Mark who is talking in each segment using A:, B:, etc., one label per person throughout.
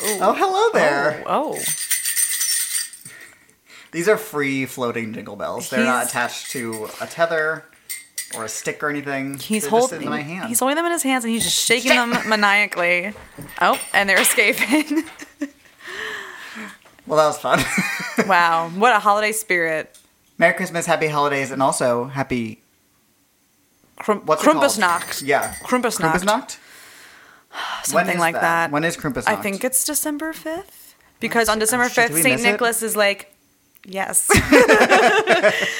A: Oh, hello there.
B: Oh,
A: These are free floating jingle bells. They're not
B: He's-
A: attached to a tether or a stick or anything.
B: he's
A: They're
B: holding.
A: just in my hand.
B: He's holding them in his hands, and he's just shaking them maniacally. Oh, and they're escaping.
A: well, that was fun.
B: wow, what a holiday spirit!
A: Merry Christmas, happy holidays, and also happy
B: Krum-
A: what's it called?
B: Krumpusnacht.
A: Yeah,
B: Krumpusnacht.
A: Krumpusnacht. When
B: Something
A: is
B: like that.
A: When is Krumpusnacht?
B: I think it's December 5th. Because on December
A: shit, did
B: 5th,
A: Oh, we
B: St.
A: miss it?
B: Nicholas is like, yes.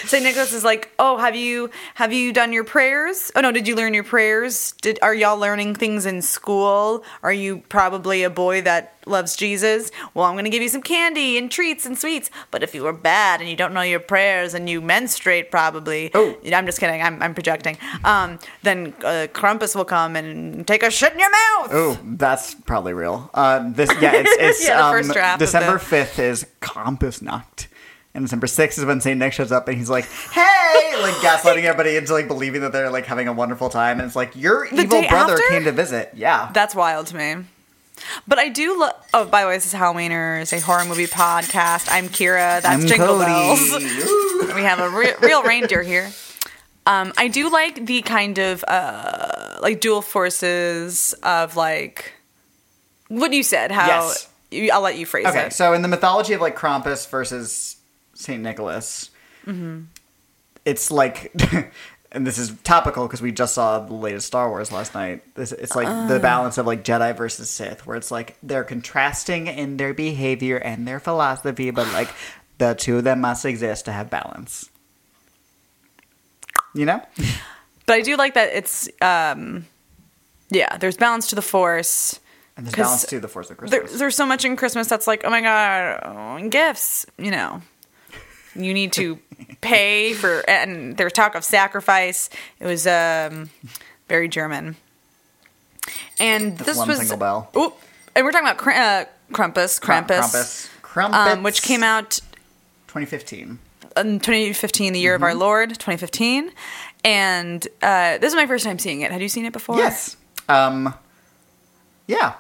B: St. Nicholas is like, oh, have you have you done your prayers? Oh no, did you learn your prayers? Did are y'all learning things in school? Are you probably a boy that loves Jesus? Well, I'm gonna give you some candy and treats and sweets. But if you were bad and you don't know your prayers and you menstruate, probably.
A: Oh.
B: I'm just kidding. I'm, I'm projecting. Um, then uh, Krampus will come and take a shit in your mouth.
A: Oh, that's probably real. Uh, this yeah, it's, it's
B: Yeah, the
A: um,
B: first draft of
A: December
B: the-
A: fifth is Krumpusnacht. And December 6th is when St. Nick shows up and he's like, hey, like gaslighting everybody into like believing that they're like having a wonderful time. And it's like, your evil
B: day
A: brother
B: after?
A: came to visit. Yeah.
B: That's wild to me. But I do love. Oh, by the way, this is Halloweeners, a horror movie podcast. I'm Kira. That's
A: I'm
B: Jingle
A: Cody.
B: Bells. we have a re- real reindeer here. Um, I do like the kind of uh, like dual forces of like what you said. How
A: Yes.
B: you, I'll let you phrase
A: Okay,
B: it.
A: so in the mythology of like Krampus versus Saint Nicholas,
B: Mm-hmm.
A: it's like, and this is topical because we just saw the latest Star Wars last night. This it's like
B: Uh.
A: the balance of like Jedi versus Sith, where it's like they're contrasting in their behavior and their philosophy, but like the two of them must exist to have balance. You know,
B: but I do like that it's um, yeah. There's balance to the force.
A: and there's
B: 'Cause
A: balance to the Force of
B: there,
A: Christmas.
B: there's so much in Christmas that's like, oh my god, oh, gifts. You know, you need to pay for. And there's talk of sacrifice. It was um, very German. And this
A: one
B: was
A: single bell.
B: Ooh, and we're talking about Kr- uh, Krampus,
A: Kramp-
B: Krampus,
A: Krampus,
B: um, which came out
A: 2015.
B: in 2015, the year of
A: Mm-hmm.
B: our Lord, 2015. And uh, this is my first time seeing it. Had you seen it before?
A: Yes. Um. Yeah.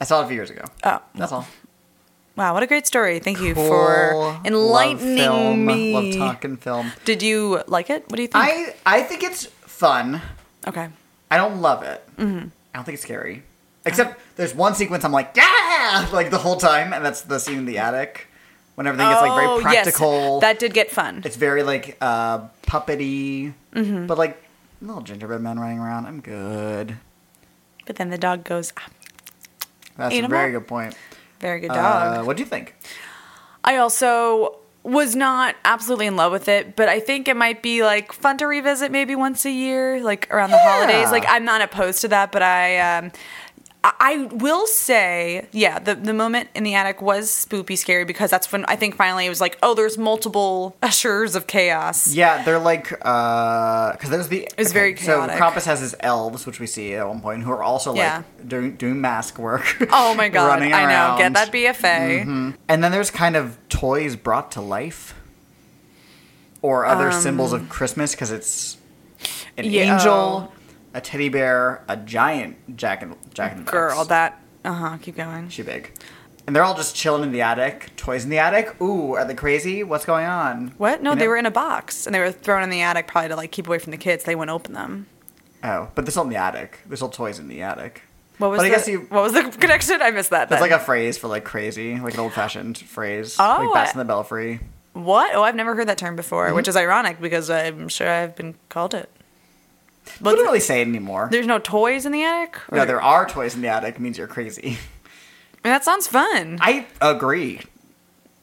A: I saw it a few years ago.
B: Oh,
A: That's all.
B: wow! What a great story. Thank you
A: Cool. Love
B: for enlightening
A: film.
B: me.
A: Love talking film.
B: Did you like it? What do you think?
A: I I think it's fun.
B: okay.
A: I don't love it.
B: Mm-hmm.
A: I don't think it's scary. Except there's one sequence I'm like, yeah, like the whole time, and that's the scene in the attic when everything gets like very practical.
B: Oh, Yes, that did get fun.
A: it's very like uh, puppety,
B: Mm-hmm.
A: but like little gingerbread men running around. I'm good.
B: But then the dog goes, ah,
A: That's
B: Eat 'em
A: a very
B: up.
A: good point.
B: very good
A: Uh,
B: dog.
A: what do you think?
B: I also was not absolutely in love with it, but I think it might be like fun to revisit maybe once a year, like around the
A: Yeah.
B: holidays. Like I'm not opposed to that, but I um I- I will say, yeah, the, the moment in the attic was spoopy scary because that's when I think finally it was like, oh, there's multiple ushers of chaos.
A: Yeah, they're like because there's the
B: was very chaotic.
A: So Krampus has his elves, which we see at one point, who are also
B: Yeah.
A: like doing doing mask work.
B: Oh my god,
A: running
B: I know. Get
A: around. Mm-hmm. Mm.
B: that BFA.
A: And then there's kind of toys brought to life, or other symbols of Christmas, because it's an
B: Um, Yeah.
A: angel, a teddy bear, a giant jack and jack and
B: Girl, that uh huh, keep going.
A: she big, and they're all just chilling in the attic. Toys in the attic. Ooh, are they crazy? What's going on?
B: What? No,
A: You
B: they
A: know?
B: were in a box and they were thrown in the attic probably to like keep away from the kids. They wouldn't open them.
A: Oh, but they're still in the attic. There's still toys in the attic.
B: What was
A: But
B: the,
A: I guess you
B: what was the connection? I missed that.
A: That's
B: then.
A: like a phrase for like crazy, like an old fashioned phrase.
B: Oh,
A: like Bats
B: I-
A: in the Belfry.
B: what? Oh, I've never heard that term before,
A: Mm-hmm.
B: which is ironic because I'm sure I've been called it.
A: But don't really say it anymore.
B: There's no toys in the attic. Or-
A: no, there are toys in the attic means you're crazy.
B: I mean, that sounds fun.
A: I agree.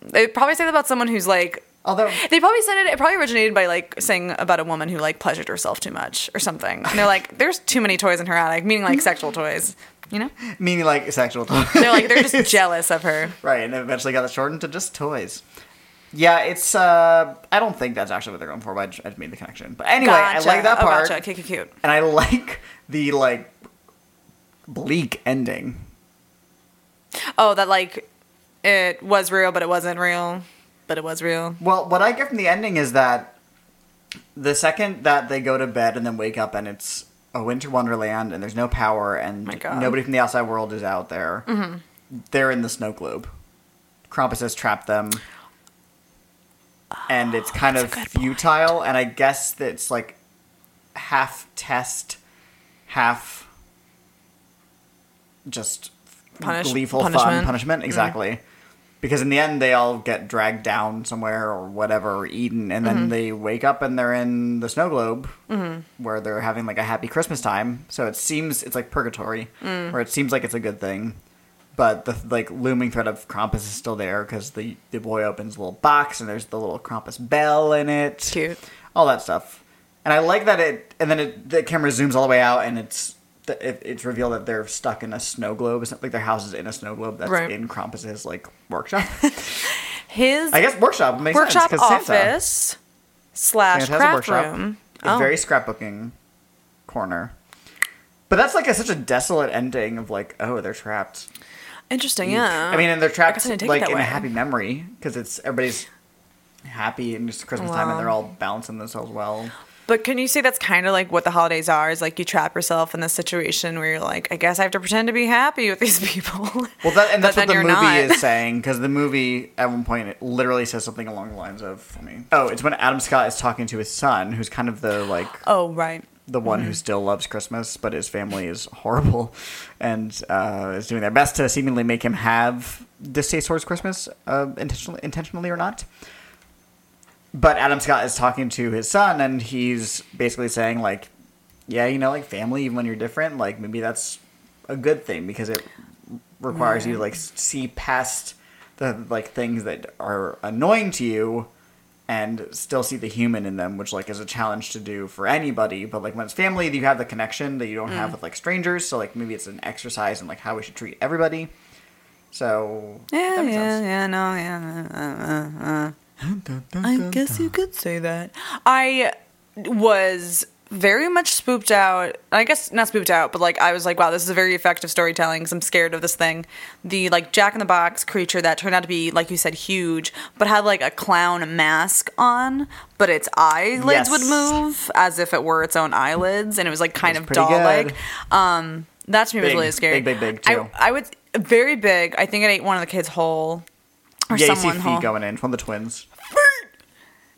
B: They probably say that about someone who's like.
A: Although
B: They probably said it. It probably originated by like saying about a woman who like pleasured herself too much or something. And they're like, "There's too many toys in her attic," meaning like sexual toys. You know?
A: meaning like sexual toys.
B: They're like they're just jealous of her.
A: right, and eventually got it shortened to just toys. Yeah, it's uh I don't think that's actually what they're going for, but I just, I just made the connection. But anyway, I like that
B: Oh,
A: part.
B: Gotcha. Cute, cute, cute.
A: And I like the like bleak ending.
B: Oh, that like it was real, but it wasn't real, but it was real.
A: Well, what I get from the ending is that the second that they go to bed and then wake up and it's a winter wonderland and there's no power and
B: My God. Mm-hmm.
A: nobody from the outside world is out there. they're in the snow globe. Krampus has trapped them. And
B: Oh,
A: it's kind of futile, and I guess that it's like half test, half just
B: Punish-
A: gleeful fun
B: punishment. Mm-hmm.
A: punishment. Exactly. Because in the end, they all get dragged down somewhere or whatever, or eaten, and then
B: Mm-hmm.
A: they wake up and they're in the snow globe where they're having like a happy Christmas time. So it seems it's like purgatory,
B: Mm.
A: where it seems like it's a good thing, but the like looming threat of Krampus is still there because the the boy opens a little box and there's the little Krampus bell in it,
B: Cute.
A: all that stuff. And I like that it, and then it, the camera zooms all the way out and it's the- it, it's revealed that they're stuck in a snow globe. It's not like their house is in a snow globe that's
B: Right.
A: in Krampus's like workshop.
B: His
A: I guess workshop makes
B: workshop
A: sense because Santa,
B: office slash
A: Santa has a
B: craft
A: workshop.
B: room. Oh.
A: It's very scrapbooking corner. But that's like a, such a desolate ending of like, oh, they're trapped.
B: interesting. Yeah,
A: I mean, and they're trapped
B: I didn't take it
A: like
B: that
A: in a
B: way.
A: happy memory because it's everybody's happy and it's Christmas time
B: Wow.
A: and they're all balancing themselves well.
B: But can you say that's kind of like what the holidays are? Is like you trap yourself in this situation where you're like, I guess I have to pretend to be happy with these people.
A: Well, that, and
B: But
A: that's what
B: then
A: the
B: you're
A: movie
B: not.
A: is saying because the movie at one point it literally says something along the lines of, I mean, oh, it's when Adam Scott is talking to his son who's kind of the like
B: oh right.
A: the one who still loves Christmas, but his family is horrible and uh, is doing their best to seemingly make him have distaste towards Christmas, uh, intentionally, intentionally or not. But Adam Scott is talking to his son, and he's basically saying, like, yeah, you know, like family, even when you're different, like maybe that's a good thing because it requires you to like s- see past the like things that are annoying to you and still see the human in them, which like is a challenge to do for anybody. But like when it's family, you have the connection that you don't
B: Mm.
A: have with like strangers. So like maybe it's an exercise in like how we should treat everybody. So
B: Yeah,
A: that makes
B: yeah,
A: sense.
B: yeah, no, yeah. uh, uh, uh. I guess you could say that. I was very much spooked out. I guess not spooked out, but like I was like, wow, this is a very effective storytelling because I'm scared of this thing. The like Jack in the Box creature that turned out to be, like you said, huge, but had like a clown mask on, but its eyelids
A: Yes.
B: would move as if it were its own eyelids, and it was like kind
A: was
B: of
A: pretty
B: doll like.
A: good.
B: Um, that to me was
A: Big,
B: really scary.
A: big, big, big,
B: I-
A: too.
B: I, would very big. I think it ate one of the kids whole or
A: Yeah, you see
B: someone
A: Fee
B: whole.
A: going in from the twins.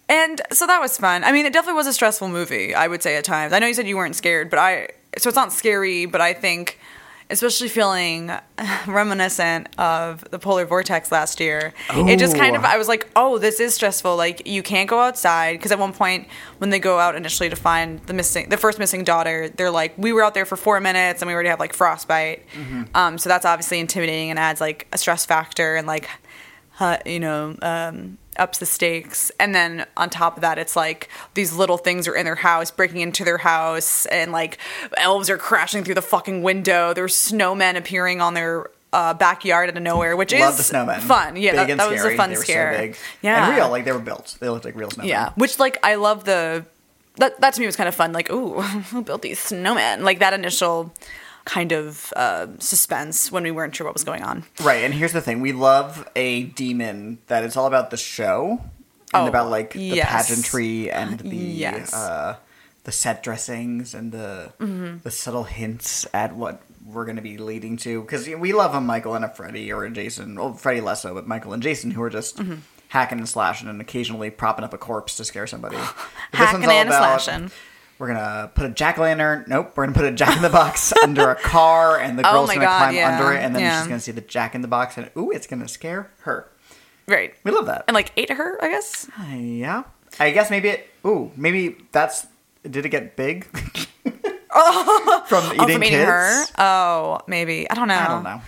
B: And so that was fun. I mean, it definitely was a stressful movie, I would say at times. I know you said you weren't scared, but I so it's not scary, but I think especially feeling reminiscent of the polar vortex last year. It just kind of
A: Ooh.
B: I was like, "Oh, this is stressful. Like you can't go outside because at one point when they go out initially to find the missing the first missing daughter, they're like, "We were out there for 4 minutes and we already have like frostbite." Um so that's obviously intimidating and adds like a stress factor and like uh, you know, um, ups the stakes. And then on top of that, it's like these little things are in their house, breaking into their house, and like elves are crashing through the fucking window. There's snowmen appearing on their uh, backyard out of nowhere, which
A: Love the
B: is
A: snowmen.
B: fun. Yeah,
A: Big
B: that,
A: and
B: that was a
A: scary.
B: fun
A: they were
B: scare.
A: So big.
B: Yeah,
A: and real. Like they were built. They looked like real snowmen.
B: yeah, which like I love the that that to me was kind of fun. Like, ooh, who built these snowmen? Like that initial kind of uh, suspense when we weren't sure what was going on.
A: Right, and here's the thing: we love a demon that it's all about the show and
B: Oh,
A: about like the
B: yes.
A: pageantry and the
B: Yes.
A: uh, the set dressings and the
B: Mm-hmm.
A: the subtle hints at what we're going to be leading to. Because we love a Michael and a Freddy or a Jason, well, Freddy less so, but Michael and Jason who are just
B: Mm-hmm.
A: hacking and slashing and occasionally propping up a corpse to scare somebody. But this
B: Hacking
A: one's all
B: and
A: about-
B: slashing.
A: We're gonna put a jack o' lantern. Nope, we're gonna put a jack in the box under a car, and the
B: Oh
A: girl's
B: my
A: gonna
B: God,
A: climb
B: yeah,
A: under it, and then
B: yeah.
A: she's gonna see the jack in the box, and ooh, it's gonna scare her.
B: Right.
A: We love that.
B: And like ate her, I guess.
A: yeah, I guess maybe it. Ooh, maybe that's. Did it get big? from eating
B: Oh, from eating
A: kids.
B: her. Oh, maybe. I don't know.
A: I don't know.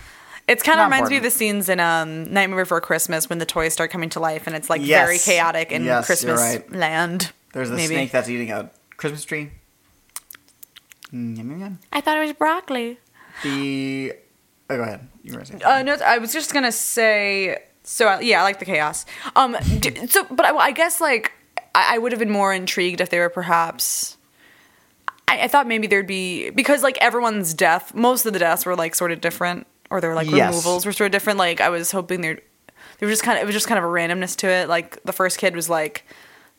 B: It's kind of
A: Not
B: reminds me of the
A: important.
B: scenes in um, Nightmare Before Christmas when the toys start coming to life and it's like
A: Yes.
B: very chaotic in
A: Yes, you're
B: Christmas
A: right.
B: land.
A: There's a
B: maybe.
A: snake that's eating a Christmas tree. Mm, yum, yum, yum.
B: I thought it was broccoli.
A: The. Oh, go ahead. You were gonna say. something.
B: Uh, no, I was just gonna say. So I, yeah, I like the chaos. Um, d- so but I, I guess like I, I would have been more intrigued if they were perhaps. I, I thought maybe there'd be because like everyone's death, most of the deaths were like sort of different, or their like
A: Yes.
B: removals were sort of different. Like I was hoping there, there was just kind of it was just kind of a randomness to it. Like the first kid was like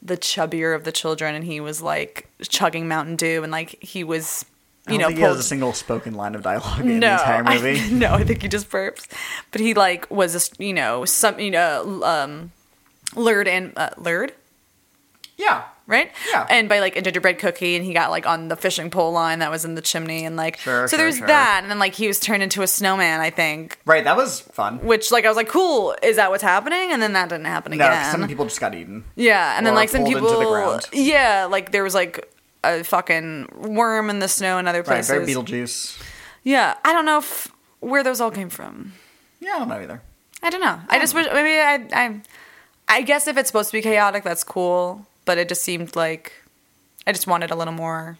B: the chubbier of the children, and he was like chugging Mountain Dew, and like he was
A: I
B: you know
A: don't think he has
B: pulled-
A: a single spoken line of dialogue in
B: no,
A: the entire
B: I-
A: movie.
B: no, I think he just burps. But he like was just you know some you know um, lured and uh, lured
A: yeah.
B: right?
A: Yeah.
B: And by like a gingerbread cookie, and he got like on the fishing pole line that was in the chimney, and like
A: Sure,
B: so
A: sure,
B: there's
A: sure.
B: that, and then like he was turned into a snowman, I think.
A: Right, that was fun.
B: Which like I was like, cool, is that what's happening? And then that didn't happen
A: No, 'cause
B: again.
A: some people just got eaten.
B: yeah, and then
A: or
B: like some
A: pulled into
B: people,
A: the ground.
B: yeah, like there was like a fucking worm in the snow and other
A: Right,
B: places.
A: very Beetlejuice.
B: yeah, I don't know if where those all came from.
A: Yeah, I don't know either.
B: I don't know. I just wish maybe I I I guess if it's supposed to be chaotic, that's cool. But it just seemed like I just wanted a little more.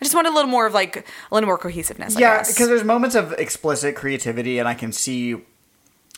B: I just wanted a little more of like a little more cohesiveness. I
A: Yeah,
B: guess.
A: because there's moments of explicit creativity, and I can see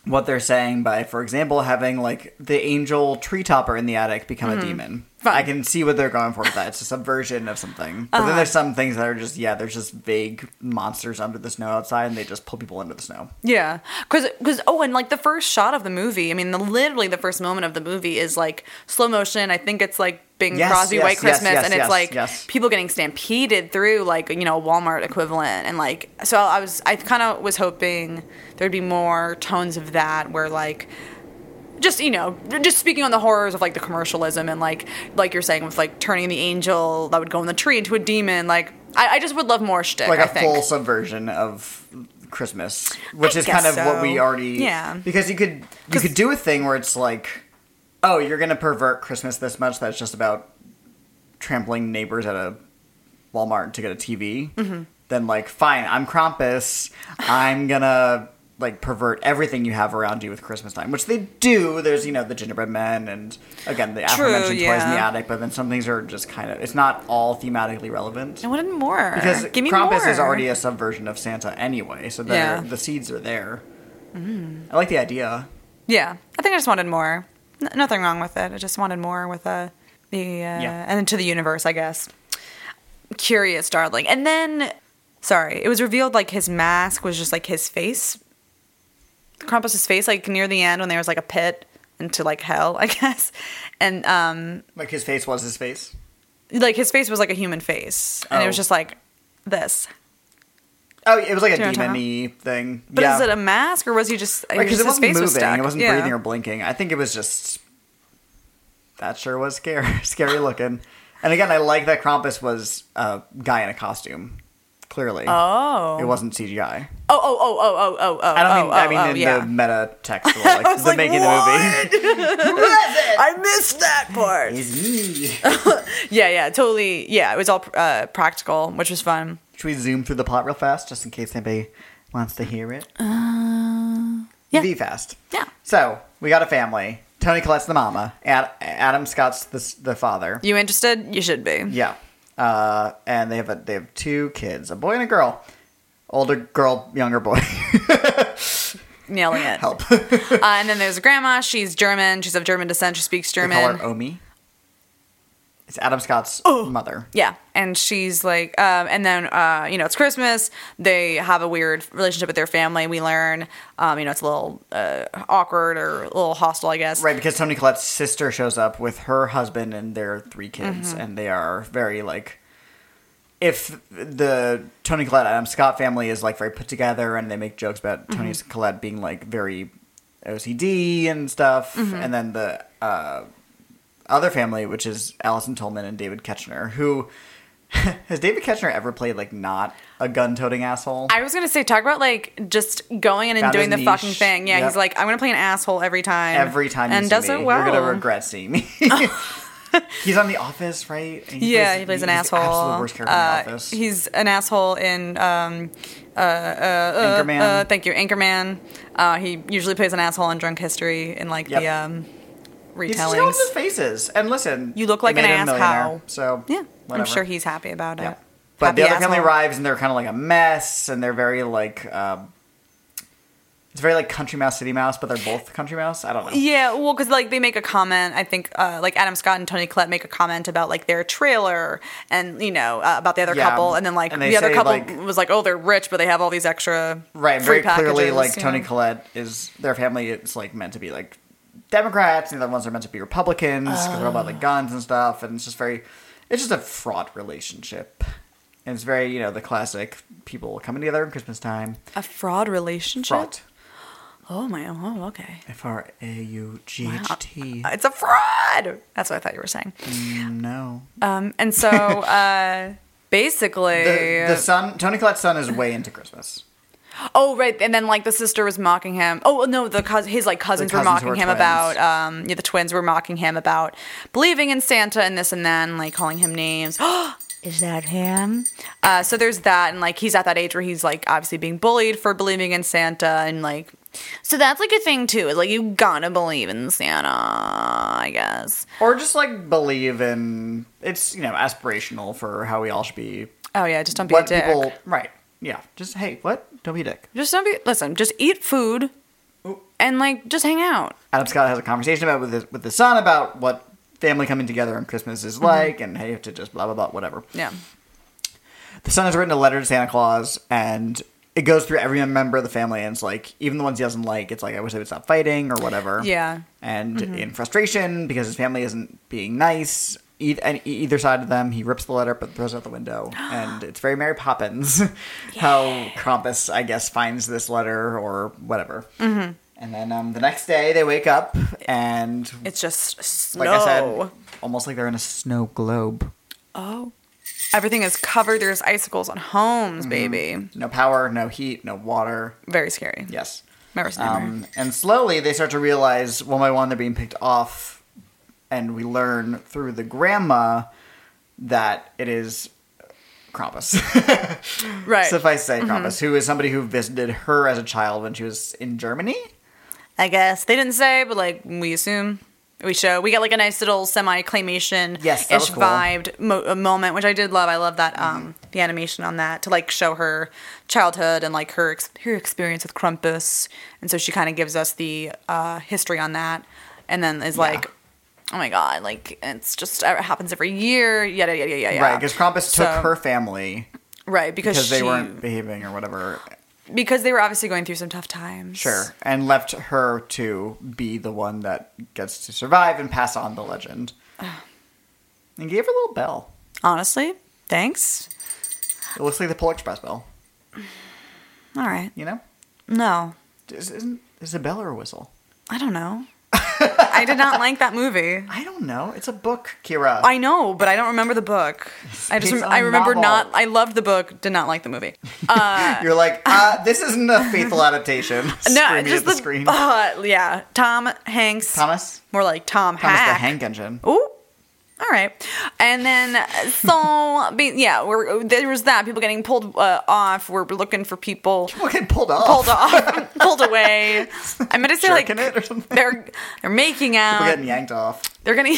A: what they're saying by, for example, having like the angel tree topper in the attic become a demon.
B: Fine.
A: I can see what they're going for with that. It's a subversion of something. But then there's some things that are just yeah, there's just vague monsters under the snow outside, and they just pull people into the snow.
B: yeah, because oh, and like the first shot of the movie. I mean, the, literally the first moment of the movie is like slow motion. I think it's like Bing
A: Yes,
B: Crosby
A: yes,
B: White
A: yes,
B: Christmas,
A: yes,
B: and it's
A: yes,
B: like
A: yes.
B: people getting stampeded through like you know Walmart equivalent, and like so I was I kind of was hoping there'd be more tones of that where like just you know just speaking on the horrors of like the commercialism and like like you're saying with like turning the angel that would go in the tree into a demon like I, I just would love more shtick
A: like
B: I
A: a
B: think
A: full subversion of Christmas, which
B: I
A: is kind
B: guess
A: of what
B: so.
A: we already
B: Yeah.
A: Because you could you
B: 'Cause-
A: could do a thing where it's like, oh, you're gonna pervert Christmas this much. That's just about trampling neighbors at a Walmart to get a TV.
B: Mm-hmm.
A: Then like, fine, I'm Krampus. I'm gonna like pervert everything you have around you with Christmas time, which they do. There's you know the gingerbread men and again the
B: True,
A: aforementioned toys in the
B: yeah.
A: attic. But then some things are just kind of it's not all thematically relevant.
B: I wanted more
A: Because
B: give me
A: Krampus
B: more.
A: is already a subversion of Santa anyway, so
B: Yeah. Mm.
A: yeah. the seeds are there. I like the idea.
B: yeah I think I just wanted more N- nothing wrong with it I just wanted more with uh, the uh,
A: Yeah.
B: and to the universe I guess curious darling and then sorry it was revealed like his mask was just like his face Krampus's face like near the end when there was like a pit into like hell I guess and um
A: Like his face was his face.
B: like his face was like a human face, and it was
A: Oh.
B: just like this.
A: Oh, it was like a
B: Do you know what I'm
A: demon-y thing.
B: But
A: yeah,
B: is it a mask or was he just? Because
A: because it
B: his
A: wasn't
B: face
A: moving,
B: was stuck.
A: it wasn't
B: Yeah.
A: breathing or blinking. I think it was just that sure was scary, scary looking. And again, I like that Krampus was a guy in a costume. Clearly,
B: Oh.
A: it wasn't CGI.
B: Oh oh oh oh oh oh oh.
A: I don't mean.
B: Oh,
A: I mean
B: oh,
A: in
B: yeah.
A: the meta text, of, like,
B: I was
A: the
B: like,
A: making
B: "What?"
A: the movie.
B: I missed that part.
A: It's me.
B: yeah, yeah, totally. Yeah, it was all uh, practical, which was fun.
A: Should we zoom through the plot real fast, just in case anybody wants to hear it?
B: yeah.
A: Be fast.
B: Yeah.
A: So we got a family. Tony Collette's the mama. Ad- Adam Scott's the, s- the father.
B: You interested? You should be.
A: Yeah. Uh, and they have a, they have two kids, a boy and a girl. Older girl, younger boy.
B: Nailing it.
A: Help.
B: uh, and then there's grandma. She's German. She's of German descent. She speaks
A: They call
B: German.
A: her Omi. It's Adam Scott's mother.
B: Yeah, and she's like, um, and then uh, you know it's Christmas. They have a weird relationship with their family. We learn, um, you know, it's a little uh, awkward or a little hostile, I guess.
A: Right, because Tony Collette's sister shows up with her husband and their three kids, and they are very like. If the Tony Collette Adam Scott family is like very put together, and they make jokes about Tony Collette being like very OCD and stuff, and then the uh, other family, which is Allison Tolman and David Ketchner, who has David Ketchner ever played like not a gun-toting asshole?
B: I was gonna say, talk about like just going in and
A: Found
B: doing the
A: his
B: fucking
A: niche.
B: thing. Yeah,
A: Yep.
B: he's like, I'm gonna play an asshole every time.
A: every time you
B: and
A: see
B: does
A: me,
B: it well. Oh.
A: you're gonna regret seeing me. he's on The Office, right? And
B: yeah, he plays an
A: he's the
B: asshole.
A: absolute worst character
B: Uh,
A: in The Office.
B: He's an asshole in um,
A: Anchorman.
B: uh, thank you, Anchorman. Uh, he usually plays an asshole in Drunk History in like the
A: Yep.
B: um,
A: he's
B: retellings.
A: just all his faces. And listen,
B: You look
A: they
B: like an
A: made him a
B: ass-cow.
A: millionaire, So
B: Yeah,
A: whatever.
B: I'm sure he's happy about it.
A: Yeah. But
B: Happy
A: the other family
B: asshole.
A: arrives and they're kind of like a mess, and they're very like. Um, it's very like country mouse, city mouse, but they're both country mouse. I don't know.
B: Yeah, well, because like they make a comment. I think uh, like Adam Scott and Tony Collette make a comment about like their trailer and you know uh, about the other
A: Yeah,
B: couple, and then like
A: and they
B: the other
A: say,
B: couple
A: like-
B: was like, oh, they're rich, but they have all these extra
A: right
B: free
A: very clearly
B: packages,
A: like
B: you
A: tony
B: know.
A: collette is their family it's like meant to be like democrats and the other ones are meant to be
B: Ah.
A: republicans because they're all about like guns and stuff and it's just very it's just a fraught relationship And it's very, you know, the classic people coming together at Christmas time.
B: A fraud relationship?
A: Fraud.
B: Oh my oh okay.
A: F R A U G H T. Mm,
B: Uh, It's a fraud. That's what I thought you were saying.
A: No.
B: Um and so uh basically
A: The, the son, Tony Collette's son, is way into Christmas.
B: Oh right, and then like the sister was mocking him. Oh no, the cous his like cousins,
A: The cousins
B: were mocking
A: were
B: him
A: twins.
B: about um yeah, the twins were mocking him about believing in Santa and this and that, and like calling him names. Is that him? Uh, so there's that, and like he's at that age where he's like obviously being bullied for believing in Santa, and like so that's like a thing too. Is like you gotta believe in Santa, I guess.
A: Or just like believe in it's, you know, aspirational for how we all should be.
B: Oh yeah, just don't be
A: What
B: a dick.
A: people. Right. Yeah. Just, hey, what? Don't be a dick.
B: Just don't be. Listen, just eat food, and like just hang out.
A: Adam Scott has a conversation about with his, with his son about what family coming together on Christmas is like, and how you have to just blah blah blah whatever.
B: Yeah.
A: The son has written a letter to Santa Claus, and it goes through every member of the family, and it's like even the ones he doesn't like. It's like I wish they would stop fighting or whatever.
B: Yeah.
A: and in frustration because his family isn't being nice. eith- And e- either side of them, he rips the letter but throws it out the window, and it's very Mary Poppins how Krampus, I guess, finds this letter or whatever. Mm-hmm. And then um, the next day, they wake up and
B: It's just snow.
A: like I said, almost like they're in a snow globe.
B: Oh. Everything is covered. There's icicles on
A: Mm-hmm.
B: homes, baby.
A: No power, no heat, no water.
B: Very scary.
A: Yes.
B: My worst nightmare.
A: Um, and slowly they start to realize one by one they're being picked off, and we learn through the grandma that it is Krampus.
B: right. Mm-hmm.
A: Suffice to say, Krampus, who is somebody who visited her as a child when she was in Germany.
B: I guess they didn't say, but like we assume, we show. We get like a nice little semi claymation
A: Yes, that was
B: ish
A: cool. Mm-hmm.
B: vibed mo- uh, moment, which I did love. I love that um the animation on that to like show her childhood and like her ex- her experience with Krampus, and so she kind of gives us the uh, history on that, and then is like. Oh my god! Like it's just uh, it happens every year. Yada yada yada. yada.
A: Right, because Krampus
B: So-
A: took her family
B: Right, because,
A: because they
B: she-
A: weren't behaving or whatever.
B: because they were obviously going through some tough times.
A: Sure. And left her to be the one that gets to survive and pass on the legend. and gave her a little bell.
B: Honestly, thanks.
A: It looks like the Pole Express bell,
B: All right.
A: you know?
B: No,
A: Is, isn't, is it a bell or a whistle?
B: I don't know. I did not like that movie.
A: I don't know. It's a book, Kira.
B: I know, but I don't remember the book. I
A: It's
B: just rem-
A: a
B: I remember
A: novel.
B: not. I loved the book, did not like the movie.
A: You're like, uh, this isn't a faithful adaptation.
B: no,
A: Screaming
B: just
A: at
B: the,
A: the, screen.
B: uh, yeah, Tom Hanks.
A: Thomas?
B: More like Tom
A: Thomas the
B: Hack.
A: Hank engine.
B: Ooh. All right, and then uh, so be, yeah, we're, there was that people getting pulled uh, off. We're looking for people
A: Fucking pulled off.
B: pulled off, pulled away. I meant to say like
A: Jerking it or something.
B: they're they're making
A: We're
B: out.
A: getting yanked off.
B: They're gonna.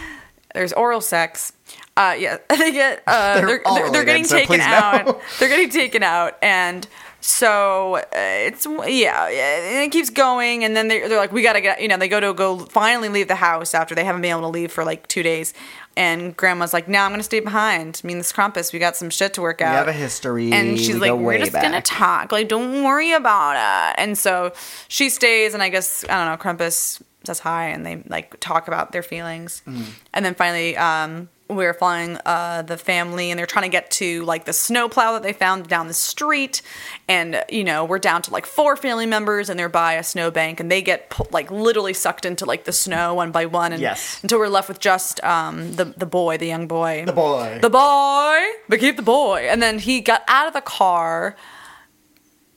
B: There's oral sex. Uh, yeah, they get.
A: They're
B: Uh, they're they're,
A: all
B: they're
A: related,
B: getting
A: so
B: taken
A: please no.
B: out. They're getting taken out, and so uh, it's yeah, yeah, and it keeps going, and then they're, they're like, we gotta get. You know, they go to go finally leave the house after they haven't been able to leave for like two days, and Grandma's like, no, I'm gonna stay behind. I mean, this Krampus, we got some shit to work out.
A: We have a history.
B: And she's
A: We
B: like,
A: go
B: we're
A: way
B: just
A: back."
B: gonna talk. Like, don't worry about it. And so she stays, and I guess I don't know. Krampus says hi, and they like talk about their feelings.
A: Mm.
B: And then finally, um, we're following uh, the family, and they're trying to get to like the snowplow that they found down the street. And you know, we're down to like four family members, and they're by a snowbank, and they get pu- like literally sucked into like the snow one by one, and
A: Yes.
B: until we're left with just um, the the boy, the young boy,
A: The boy.
B: the boy, but keep the boy. And then he got out of the car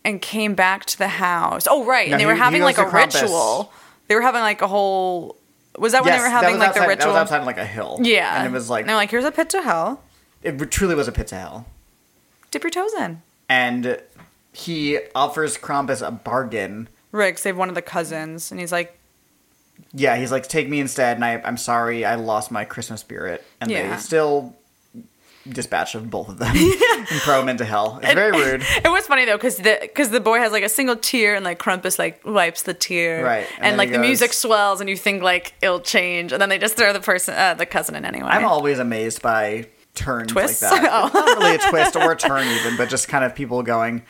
B: and came back to the house. Oh, right.
A: No,
B: and they were
A: he- he
B: having
A: goes
B: like a
A: to Krampus.
B: ritual. They were having like a whole. Was that when
A: yes,
B: they were
A: that was
B: having like
A: outside,
B: the
A: That
B: ritual?
A: was outside like a hill.
B: yeah.
A: And it was like,
B: And they're like, here's a pit to hell.
A: it truly was a pit to hell.
B: Dip your toes in.
A: And he offers Krampus a bargain.
B: Rick saved one of the cousins. And he's like,
A: Yeah, he's like, take me instead, and I, I'm sorry, I lost my Christmas spirit. And
B: Yeah.
A: they still dispatch of both of them and throw them into hell. It's very rude.
B: It was funny though, because the because the boy has like a single tear, and like Krampus like wipes the tear,
A: Right, and
B: And,
A: then
B: like
A: he
B: the music
A: goes-
B: swells, and you think like it'll change, and then they just throw the person, uh, the cousin, in anyway.
A: I'm always amazed by turns
B: Twists? Oh.
A: like that. Not really a twist or a turn even, but just kind of people going,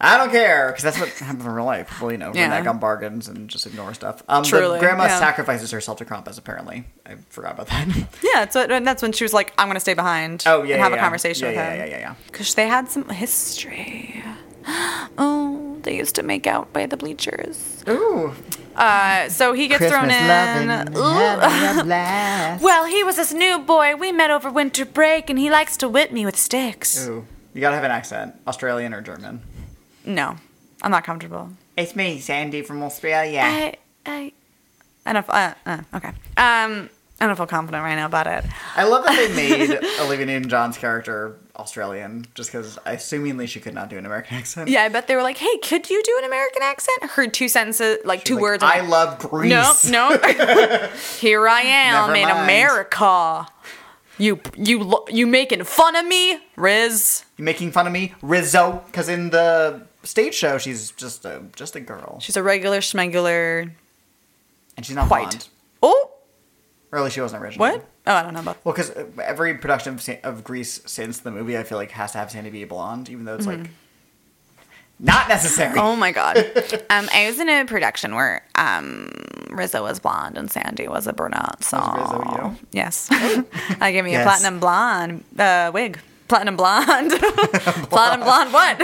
A: I don't care because that's what happens in real life. People, you know,
B: Yeah.
A: renege on bargains and just ignore stuff. Um, the
B: Truly,
A: grandma
B: yeah.
A: sacrifices herself to Krampus. Apparently, I forgot about that.
B: Yeah, so and that's when she was like, "I'm gonna stay behind
A: Oh yeah,
B: and have
A: yeah,
B: a
A: yeah.
B: conversation
A: Yeah,
B: with
A: yeah,
B: him."
A: Yeah, yeah, yeah,
B: Because they had some history. Oh, they used to make out by the bleachers.
A: Ooh,
B: Uh, so he gets thrown in. Ooh. well, he was this new boy we met over winter break, and he likes to whip me with sticks.
A: Ooh, you gotta have an accent, Australian or German.
B: No, I'm not comfortable.
A: It's me, Sandy from Australia.
B: I, I, I don't. Uh, uh, okay. Um, I don't feel confident right now about it.
A: I love that they made Olivia Newton-John's character Australian, just because assumingly she could not do an American accent.
B: Yeah, I bet they were like, "Hey, could you do an American accent?" Her two sentences, like two
A: Like,
B: words.
A: I
B: and I-
A: love Greece.
B: No, no. Here I am
A: Never
B: in
A: mind.
B: America. You you lo- you making fun of me, Riz?
A: You making fun of me, Rizzo? Because in the stage show, she's just a just a girl,
B: She's a regular schmegular
A: and she's not
B: white.
A: blonde.
B: Oh,
A: Or at least she wasn't originally.
B: what? Oh, I don't know about.
A: Well, because every production of, Sa- of Greece since the movie, I feel like has to have Sandy be a blonde, even though it's like not necessary.
B: Hmm. Oh my god. Um, I was in a production where um Rizzo was blonde and Sandy was a brunette. So
A: Was Rizzo you?
B: yes, I gave me
A: Yes.
B: a platinum blonde uh, wig. Platinum blonde. platinum blonde. What?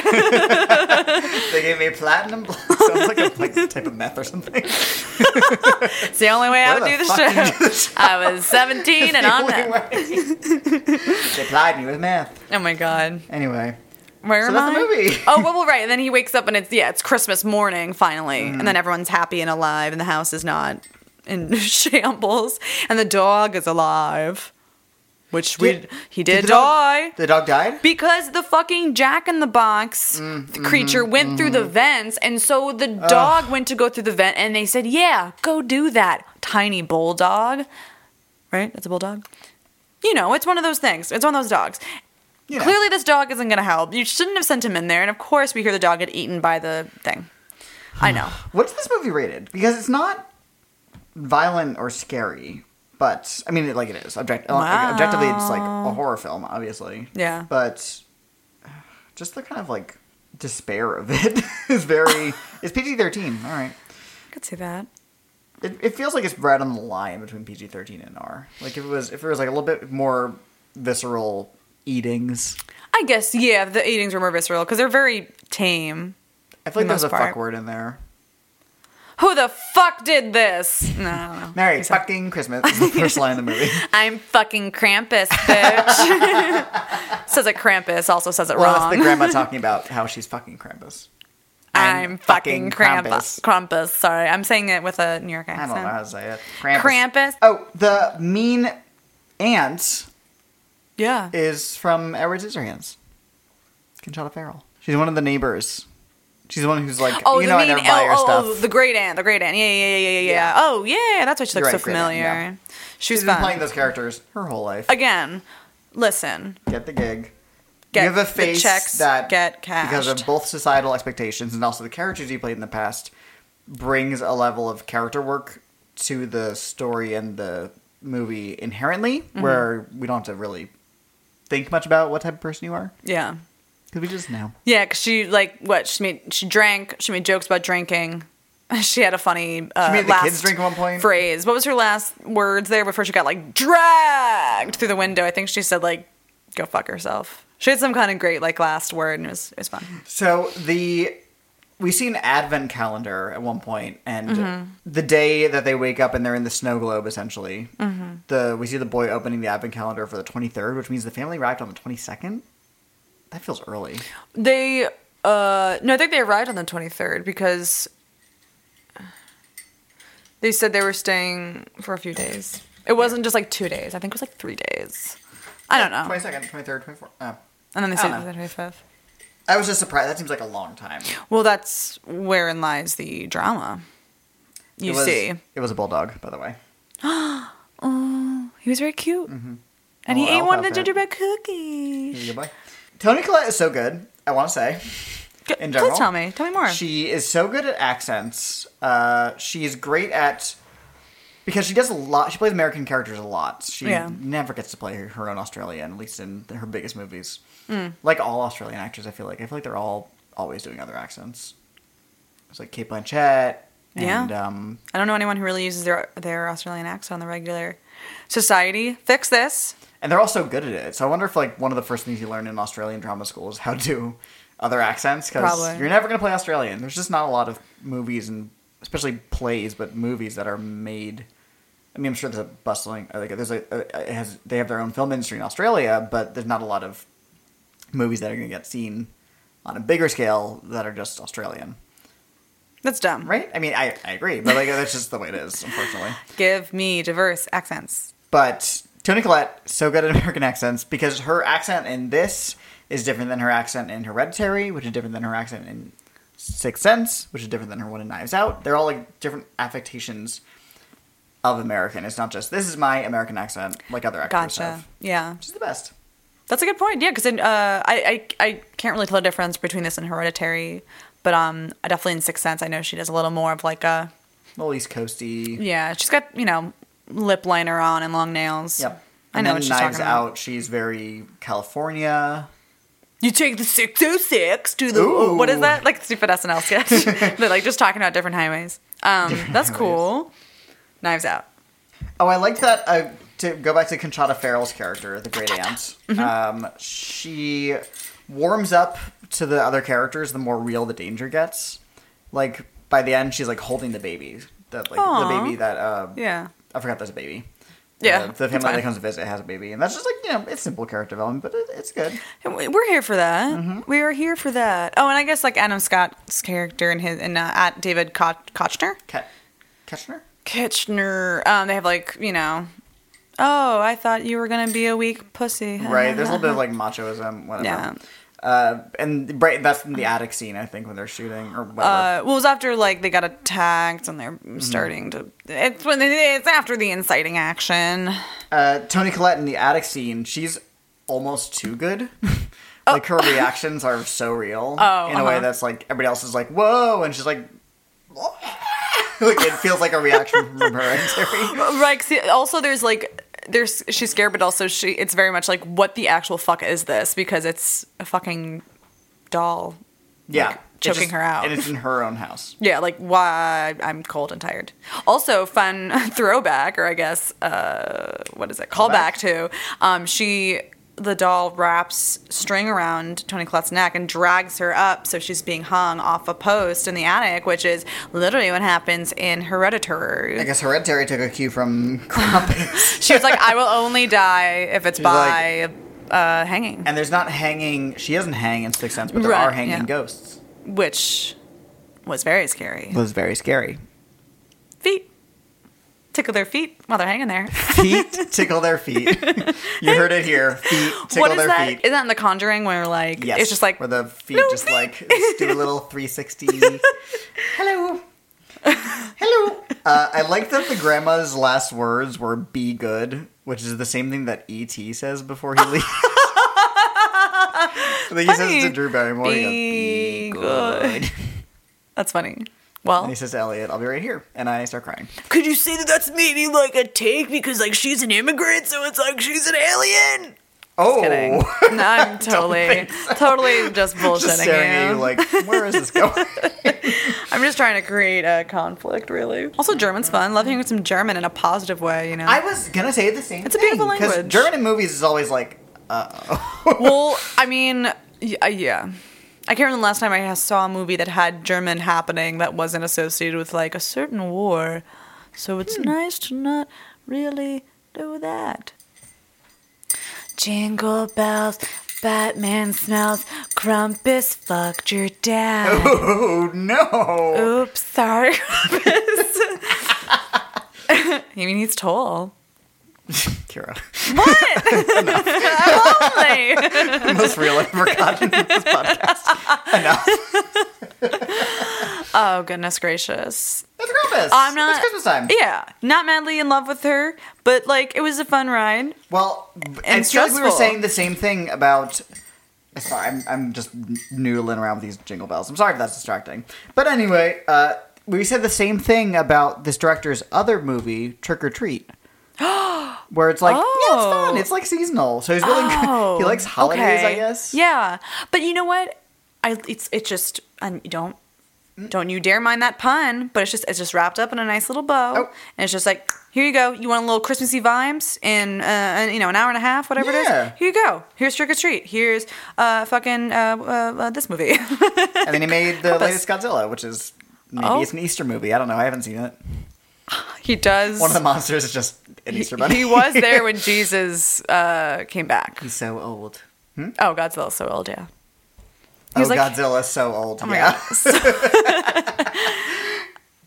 A: They gave me platinum. blonde. Sounds like a like a type of meth or something.
B: it's the only way I
A: Where
B: would
A: the
B: do the
A: fuck
B: show.
A: do you do this?
B: I was 17 and
A: The
B: on
A: only
B: that.
A: way. they plied me with meth.
B: Oh my god.
A: Anyway,
B: Where
A: So
B: am
A: that's
B: I?
A: the movie.
B: oh well, well, right. And then he wakes up and it's yeah, it's Christmas morning finally,
A: Mm.
B: and then everyone's happy and alive, and the house is not in shambles, and the dog is alive, which we
A: Did-
B: he did,
A: the
B: die.
A: Dog, the dog died.
B: Because the fucking Jack in the Box
A: Mm,
B: the creature
A: mm-hmm,
B: went through the vents, and so the dog went to go through the vent, and they said, "Yeah, go do that, tiny bulldog." Right? That's a bulldog. You know, it's one of those things. It's one of those dogs.
A: You know.
B: Clearly, this dog isn't going to help. You shouldn't have sent him in there. And of course, we hear the dog get eaten by the thing. I know.
A: What's this movie rated? Because it's not violent or scary, but I mean, it, like it is. Object-
B: Wow.
A: Objectively, it's like a horror film, obviously.
B: Yeah.
A: But just the kind of like despair of it is very. it's PG thirteen. All right.
B: I could see that.
A: It, it feels like it's right on the line between PG thirteen and R. Like if it was, if it was like a little bit more visceral eatings.
B: I guess, yeah, the eatings were more visceral because they're very tame.
A: I feel
B: For
A: like
B: the
A: there's
B: most
A: a
B: part.
A: fuck word in there.
B: Who the fuck did this? No, I don't know.
A: Merry fucking Christmas is the first line of the movie.
B: I'm fucking Krampus, bitch. says it Krampus, also says it
A: Well,
B: wrong.
A: that's the grandma talking about how she's fucking Krampus.
B: I'm, fucking Krampus. Krampus. sorry. I'm saying it with a New York
A: I
B: accent.
A: don't know how to say it. Krampus.
B: Krampus.
A: Oh, the mean aunt
B: Yeah.
A: is from Edward Scissorhands. Conchata Farrell. She's one of the neighbors. She's the one who's like,
B: Oh,
A: you
B: the
A: know,
B: mean,
A: I
B: oh,
A: never buy your
B: oh,
A: stuff.
B: oh, the great aunt, the great aunt. Yeah, yeah, yeah, yeah, yeah.
A: Yeah.
B: yeah. Oh, yeah, that's why she looks
A: You're
B: so
A: right, great aunt,
B: familiar. She was
A: she's been
B: fun.
A: playing those characters her whole life.
B: Again, listen.
A: Get the gig.
B: Get
A: you have a
B: the
A: face
B: checks,
A: that,
B: get
A: because of
B: cashed.
A: both societal expectations and also the characters you played in the past, brings a level of character work to the story and the movie inherently,
B: Mm-hmm.
A: where we don't have to really think much about what type of person you are
B: Yeah.
A: because we just know.
B: Yeah, because she, like, what? She made, she drank, she made jokes about drinking. She had a funny uh,
A: made the
B: last
A: kids drink at one point.
B: phrase. What was her last words there before she got like dragged through the window? I think she said like, "Go fuck herself." She had some kind of great like last word, and it was it was fun.
A: So the we see an advent calendar at one point, and
B: Mm-hmm.
A: the day that they wake up and they're in the snow globe, essentially.
B: Mm-hmm.
A: The we see the boy opening the advent calendar for the twenty third, which means the family arrived on the twenty second. That feels early.
B: They uh no, I think they arrived on the twenty third because they said they were staying for a few days. It wasn't just like two days. I think it was like three days. I don't know.
A: Twenty second, twenty third, twenty fourth. Oh.
B: And then they
A: I
B: said
A: don't
B: the
A: know.
B: twenty fifth.
A: I was just surprised. That seems like a long time.
B: Well, that's wherein lies the drama.
A: It
B: You
A: was-
B: see.
A: it was a bulldog, by the way.
B: He was very cute. And
A: Oh,
B: he ate
A: I'll
B: one of the
A: have it.
B: gingerbread
A: He's
B: cookies.
A: a good boy. Tony Collette is so good. I want to say.
B: G-
A: in general.
B: Please tell me. Tell me more.
A: She is so good at accents. Uh, she is great at because she does a lot. She plays American characters a lot. She
B: Yeah.
A: never gets to play her, her own Australian, at least in her biggest movies. Like all Australian actors, I feel like I feel like they're all always doing other accents. It's like Kate Blanchett.
B: Yeah.
A: And, um,
B: I don't know anyone who really uses their their Australian accent on the regular. Society, fix this.
A: and they're all so good at it. So I wonder if like one of the first things you learn in Australian drama school is how to do other accents because
B: Probably.
A: you're never gonna play Australian. There's just not a lot of movies and especially plays, but movies that are made. I mean, I'm sure there's a bustling uh, like there's a, a it has they have their own film industry in Australia, but there's not a lot of movies that are gonna get seen on a bigger scale that are just Australian,
B: That's dumb.
A: right? I mean, I I agree, but like that's just the way it is, unfortunately.
B: Give me diverse accents.
A: But Toni Collette, so good at American accents because her accent in this is different than her accent in Hereditary, which is different than her accent in Sixth Sense, which is different than her one in Knives Out. They're all like different affectations of American. It's not just this is my American accent like other actors
B: Gotcha.
A: have.
B: Yeah,
A: Which is the best.
B: that's a good point. Yeah, because uh, I, I I can't really tell the difference between this and Hereditary, but um, I definitely in Sixth Sense I know she does a little more of like a
A: A little East Coasty.
B: yeah. She's got you know lip liner on and long nails.
A: Yep.
B: I
A: And
B: know
A: then
B: what she's talking
A: Knives
B: about.
A: Out, she's very California.
B: You take the 606 to the oh,
A: Ooh.
B: what is that? Like stupid SNL sketch. They're like just talking about different highways. Um, that's cool. Knives out.
A: Oh, I liked that. Uh, to go back to Conchata Farrell's character, the Great Aunt,
B: Mm-hmm.
A: um, she warms up to the other characters the more real the danger gets. Like by the end, she's like holding the baby. That like the
B: Aw.
A: baby that uh,
B: Yeah.
A: I forgot there's a baby.
B: Yeah,
A: Uh, the
B: that's
A: family that
B: fine.
A: comes to visit has a baby, and that's just like you know, it's simple character development, but it, it's good.
B: And we- We're here for that. We are here for that. Oh, and I guess like Adam Scott's character and his and uh, at David Koch- Kochner.
A: Cat Ketchner.
B: Kitchener. Um, they have like you know. Oh, I thought you were gonna be a weak pussy.
A: Right, there's a little bit of like machoism, whatever.
B: Uh-huh. Yeah.
A: Uh, and right, that's in the attic scene, I think, when they're shooting or whatever.
B: Uh, well, it was after like they got attacked and they're starting to. It's when it's after the inciting action.
A: uh, Tony Collette in the attic scene, she's almost too good. like her reactions are so real
B: Oh,
A: in a way
B: uh-huh.
A: that's like everybody else is like whoa, and she's like, like it feels like a reaction from Hereditary.
B: Right. 'cause the- also, there's like, there's she's scared, but also she. It's very much like, what the actual fuck is this? Because it's a fucking doll.
A: Yeah,
B: Like,
A: It's
B: choking
A: just-
B: her out.
A: and it's in her own house.
B: Yeah, like why I'm cold and tired. Also, fun throwback, or I guess uh, what is it? Callback to um, she. The doll wraps string around Tony Collette's neck and drags her up, so she's being hung off a post in the attic, which is literally what happens in Hereditary.
A: I guess Hereditary took a cue from Krampus.
B: She was like, I will only die if it's
A: She's
B: by uh, hanging.
A: and there's not hanging. She doesn't hang in Sixth Sense, but there
B: Right,
A: are hanging
B: yeah.
A: ghosts.
B: Which was very scary.
A: It was very scary.
B: Feet. Tickle their feet while they're hanging there.
A: Feet tickle their feet. you heard it here. Feet tickle
B: what is
A: their
B: that?
A: feet.
B: Isn't that in The Conjuring where like
A: Yes.
B: it's just like
A: where the feet
B: no
A: just
B: feet.
A: like do a little 360. Hello. Hello. Uh, I like that the grandma's last words were "be good," which is the same thing that ET says before he leaves. I think he says it to
B: Funny.
A: Drew Barrymore. He goes, "Be
B: Be
A: good,"
B: that's funny.
A: and
B: Well,
A: he says to Elliot, "I'll be right here," and I start crying.
B: could you say that that's maybe like a take because like she's an immigrant, so it's like she's an alien?
A: Oh,
B: Kidding. No, I'm totally,
A: think
B: totally just bullshitting
A: just staring
B: you.
A: at you like, where is this going?
B: I'm just trying to create a conflict, really. Also, German's fun. Love hearing some German in a positive way, you know.
A: I was gonna say the same.
B: It's a beautiful
A: thing, 'cause
B: language.
A: German in movies is always like,
B: well, I mean, y- uh, yeah. I can't remember the last time I saw a movie that had German happening that wasn't associated with like a certain war. So it's nice to not really do that. Jingle bells, Batman smells, Crumpus fucked your dad.
A: oh no.
B: Oops, sorry, Crumpus. I mean, he's tall.
A: Kira.
B: What? I'm lonely.
A: Most real I've ever gotten in this podcast.
B: Oh goodness gracious.
A: It's Christmas.
B: I'm not
A: It's Christmas time.
B: Yeah, not madly in love with her, but like it was a fun ride.
A: Well, and I feel like we were
B: stressful.
A: saying the same thing about. Sorry, I'm, I'm just noodling around with these jingle bells. I'm sorry if that's distracting. But anyway, uh, we said the same thing about this director's other movie, Trick or Treat. Where it's like, yeah, it's fun.
B: Oh.
A: It's like seasonal. So he's really good. He likes holidays, I
B: okay.
A: guess.
B: Yeah, but you know what? I it's it just and you don't
A: Mm.
B: don't you dare mind that pun, but it's just it's just wrapped up in a nice little bow,
A: Oh.
B: and it's just like here you go. You want a little Christmassy vibes in uh, an- you know an hour and a half, whatever it
A: Yeah.
B: is. Here you go. Here's trick or treat. Here's uh fucking uh, uh, uh this movie.
A: And then he made the
B: Help us.
A: latest Godzilla, which is maybe
B: Oh.
A: it's an Easter movie. I don't know. I haven't seen it.
B: he does.
A: One of the monsters is just an Easter bunny.
B: he, he was there when Jesus uh came back.
A: He's so old.
B: Oh, Godzilla's so old, yeah. He
A: Oh,
B: was like-
A: Godzilla's so old.
B: Oh my
A: yeah.
B: god.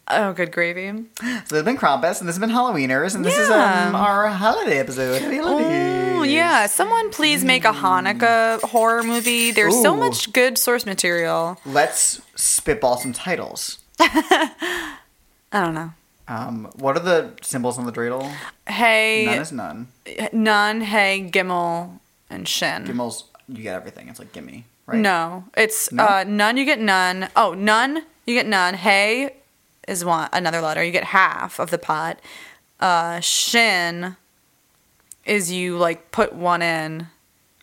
B: oh, good gravy.
A: So there's been Krampus, and this has been Halloweeners, and this is
B: Yeah.
A: um, our holiday episode. Happy
B: Oh,
A: holidays.
B: yeah. Someone please make a Hanukkah horror movie. There's so
A: Mm. Ooh.
B: much good source material.
A: Oh. Let's spitball some titles.
B: I don't know.
A: Um, what are the symbols on the dreidel? None
B: Hey,
A: is none.
B: none, hey, gimmel, and shin.
A: Gimmel's, you get everything. It's like gimme, right?
B: No, it's
A: No?
B: Uh, none, you get none. Oh, none, you get none. Hey is one another letter. You get half of the pot. Uh, shin is you like put one in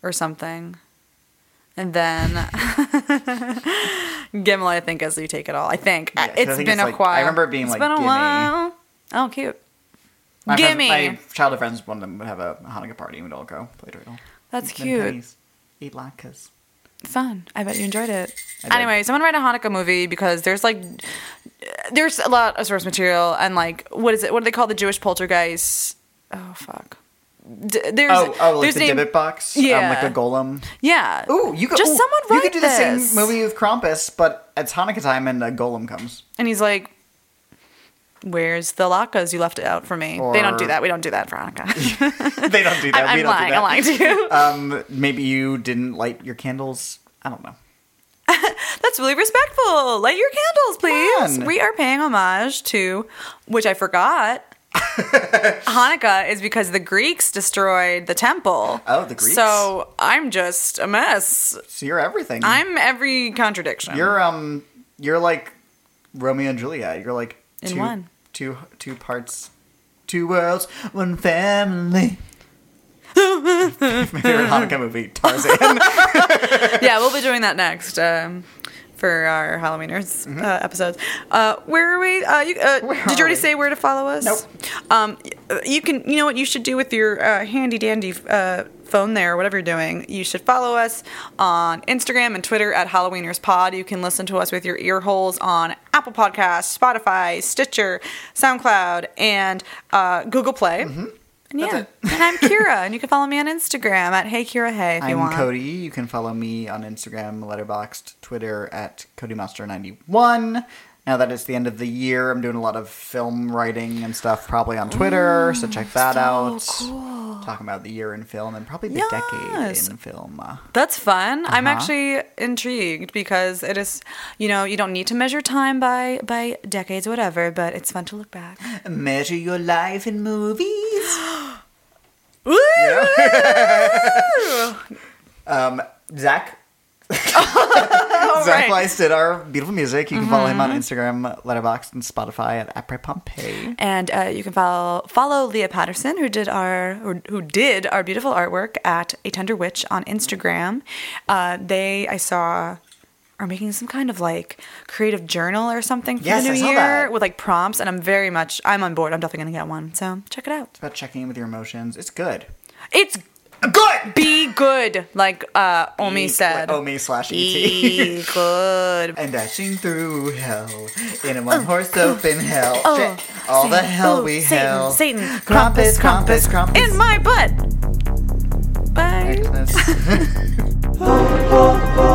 B: or something. And then Gimel, I think, is you take it all. I think
A: Yeah,
B: Uh,
A: 'cause I
B: it's
A: think
B: been
A: it's
B: a
A: like- I
B: while.
A: remember it being
B: It's
A: like,
B: been a
A: gimme.
B: while. Oh, cute.
A: My friends-
B: Gimme.
A: my childhood friends, one of them would have a Hanukkah party, and we'd all go play dreidel.
B: That's
A: Spend
B: cute.
A: pennies, Eat latkes.
B: fun. I bet you enjoyed it.
A: I did.
B: Anyway, someone write a Hanukkah movie because there's like there's a lot of source material and like what is it? What do they call the Jewish poltergeist? Oh fuck. D- there's
A: Oh, oh, like
B: there's
A: the
B: name-
A: Dibbit box. um, like
B: Yeah.
A: a golem.
B: Yeah.
A: Ooh, you could
B: just
A: ooh,
B: someone write
A: You could do the
B: this.
A: same movie with Krampus, but it's Hanukkah time, and a golem comes.
B: And he's like, "Where's the latkes? You left it out for me." They don't do
A: Or-
B: that. We don't do that for Hanukkah.
A: they don't do that.
B: I'm,
A: we
B: I'm
A: don't
B: lying.
A: do that.
B: I'm lying to you.
A: Um, maybe you didn't light your candles. I don't know.
B: That's really respectful. Light your candles, please.
A: Fun.
B: We are paying homage to, which I forgot. Hanukkah is because the Greeks destroyed the temple.
A: Oh, the Greeks.
B: So I'm just a mess.
A: So you're everything.
B: I'm every contradiction.
A: You're um. You're like Romeo and Juliet. You're like
B: In
A: two,
B: one.
A: two- two parts, two worlds, one family. My favorite Hanukkah movie, Tarzan.
B: yeah, we'll be doing that next um, for our Halloweeners uh, episodes. Uh, where are we? Uh, you, uh,
A: Mm-hmm. Where
B: did
A: are
B: you already
A: we?
B: say where to follow us?
A: Nope.
B: Um, y- you can. You know what you should do with your uh, handy dandy uh, phone there, whatever you're doing. You should follow us on Instagram and Twitter at Halloweeners Pod. You can listen to us with your ear holes on Apple Podcasts, Spotify, Stitcher, SoundCloud, and uh, Google Play. And yeah,
A: Mm-hmm. That's
B: and I'm Kira, and you can follow me on Instagram at Hey Kira Hey if you
A: I'm
B: want.
A: Cody. You can follow me on Instagram, Letterboxd, Twitter at CodyMonster91. Now that it's the end of the year, I'm doing a lot of film writing and stuff, probably on Twitter.
B: Mm,
A: so check that out. Talking about the year in film and probably the
B: Yes.
A: decade in film.
B: That's fun. I'm
A: Uh-huh.
B: actually intrigued because it is, you know, you don't need to measure time by by decades, whatever. But it's fun to look back.
A: Measure your life in movies.
B: Woo!
A: um, Zach.
B: All
A: Zach
B: right. Mm-hmm.
A: Weiss did our beautiful music. You can follow him on Instagram, Letterboxd, and Spotify at Après Pompeii.
B: And uh, you can follow follow Leah Patterson, who did our who, who did our beautiful artwork at a Tender Witch on Instagram. Uh, they I saw are making some kind of like creative journal or something for
A: Yes,
B: the
A: I
B: new
A: saw
B: year
A: that.
B: with like prompts, and I'm very much I'm on board. I'm definitely gonna get one. So check it out.
A: It's about checking in with your emotions. It's good.
B: It's
A: Good!
B: be good, like uh, Omi
A: Eat-
B: said. E.
A: Omi E, slash ET.
B: Be good.
A: And dashing through hell in a one horse open hell.
B: oh,
A: Shit. All the hell
B: Oh,
A: we
B: Satan,
A: hell.
B: Satan,
A: Krampus, Krampus, Krampus.
B: In my butt. Bye.
A: Christmas.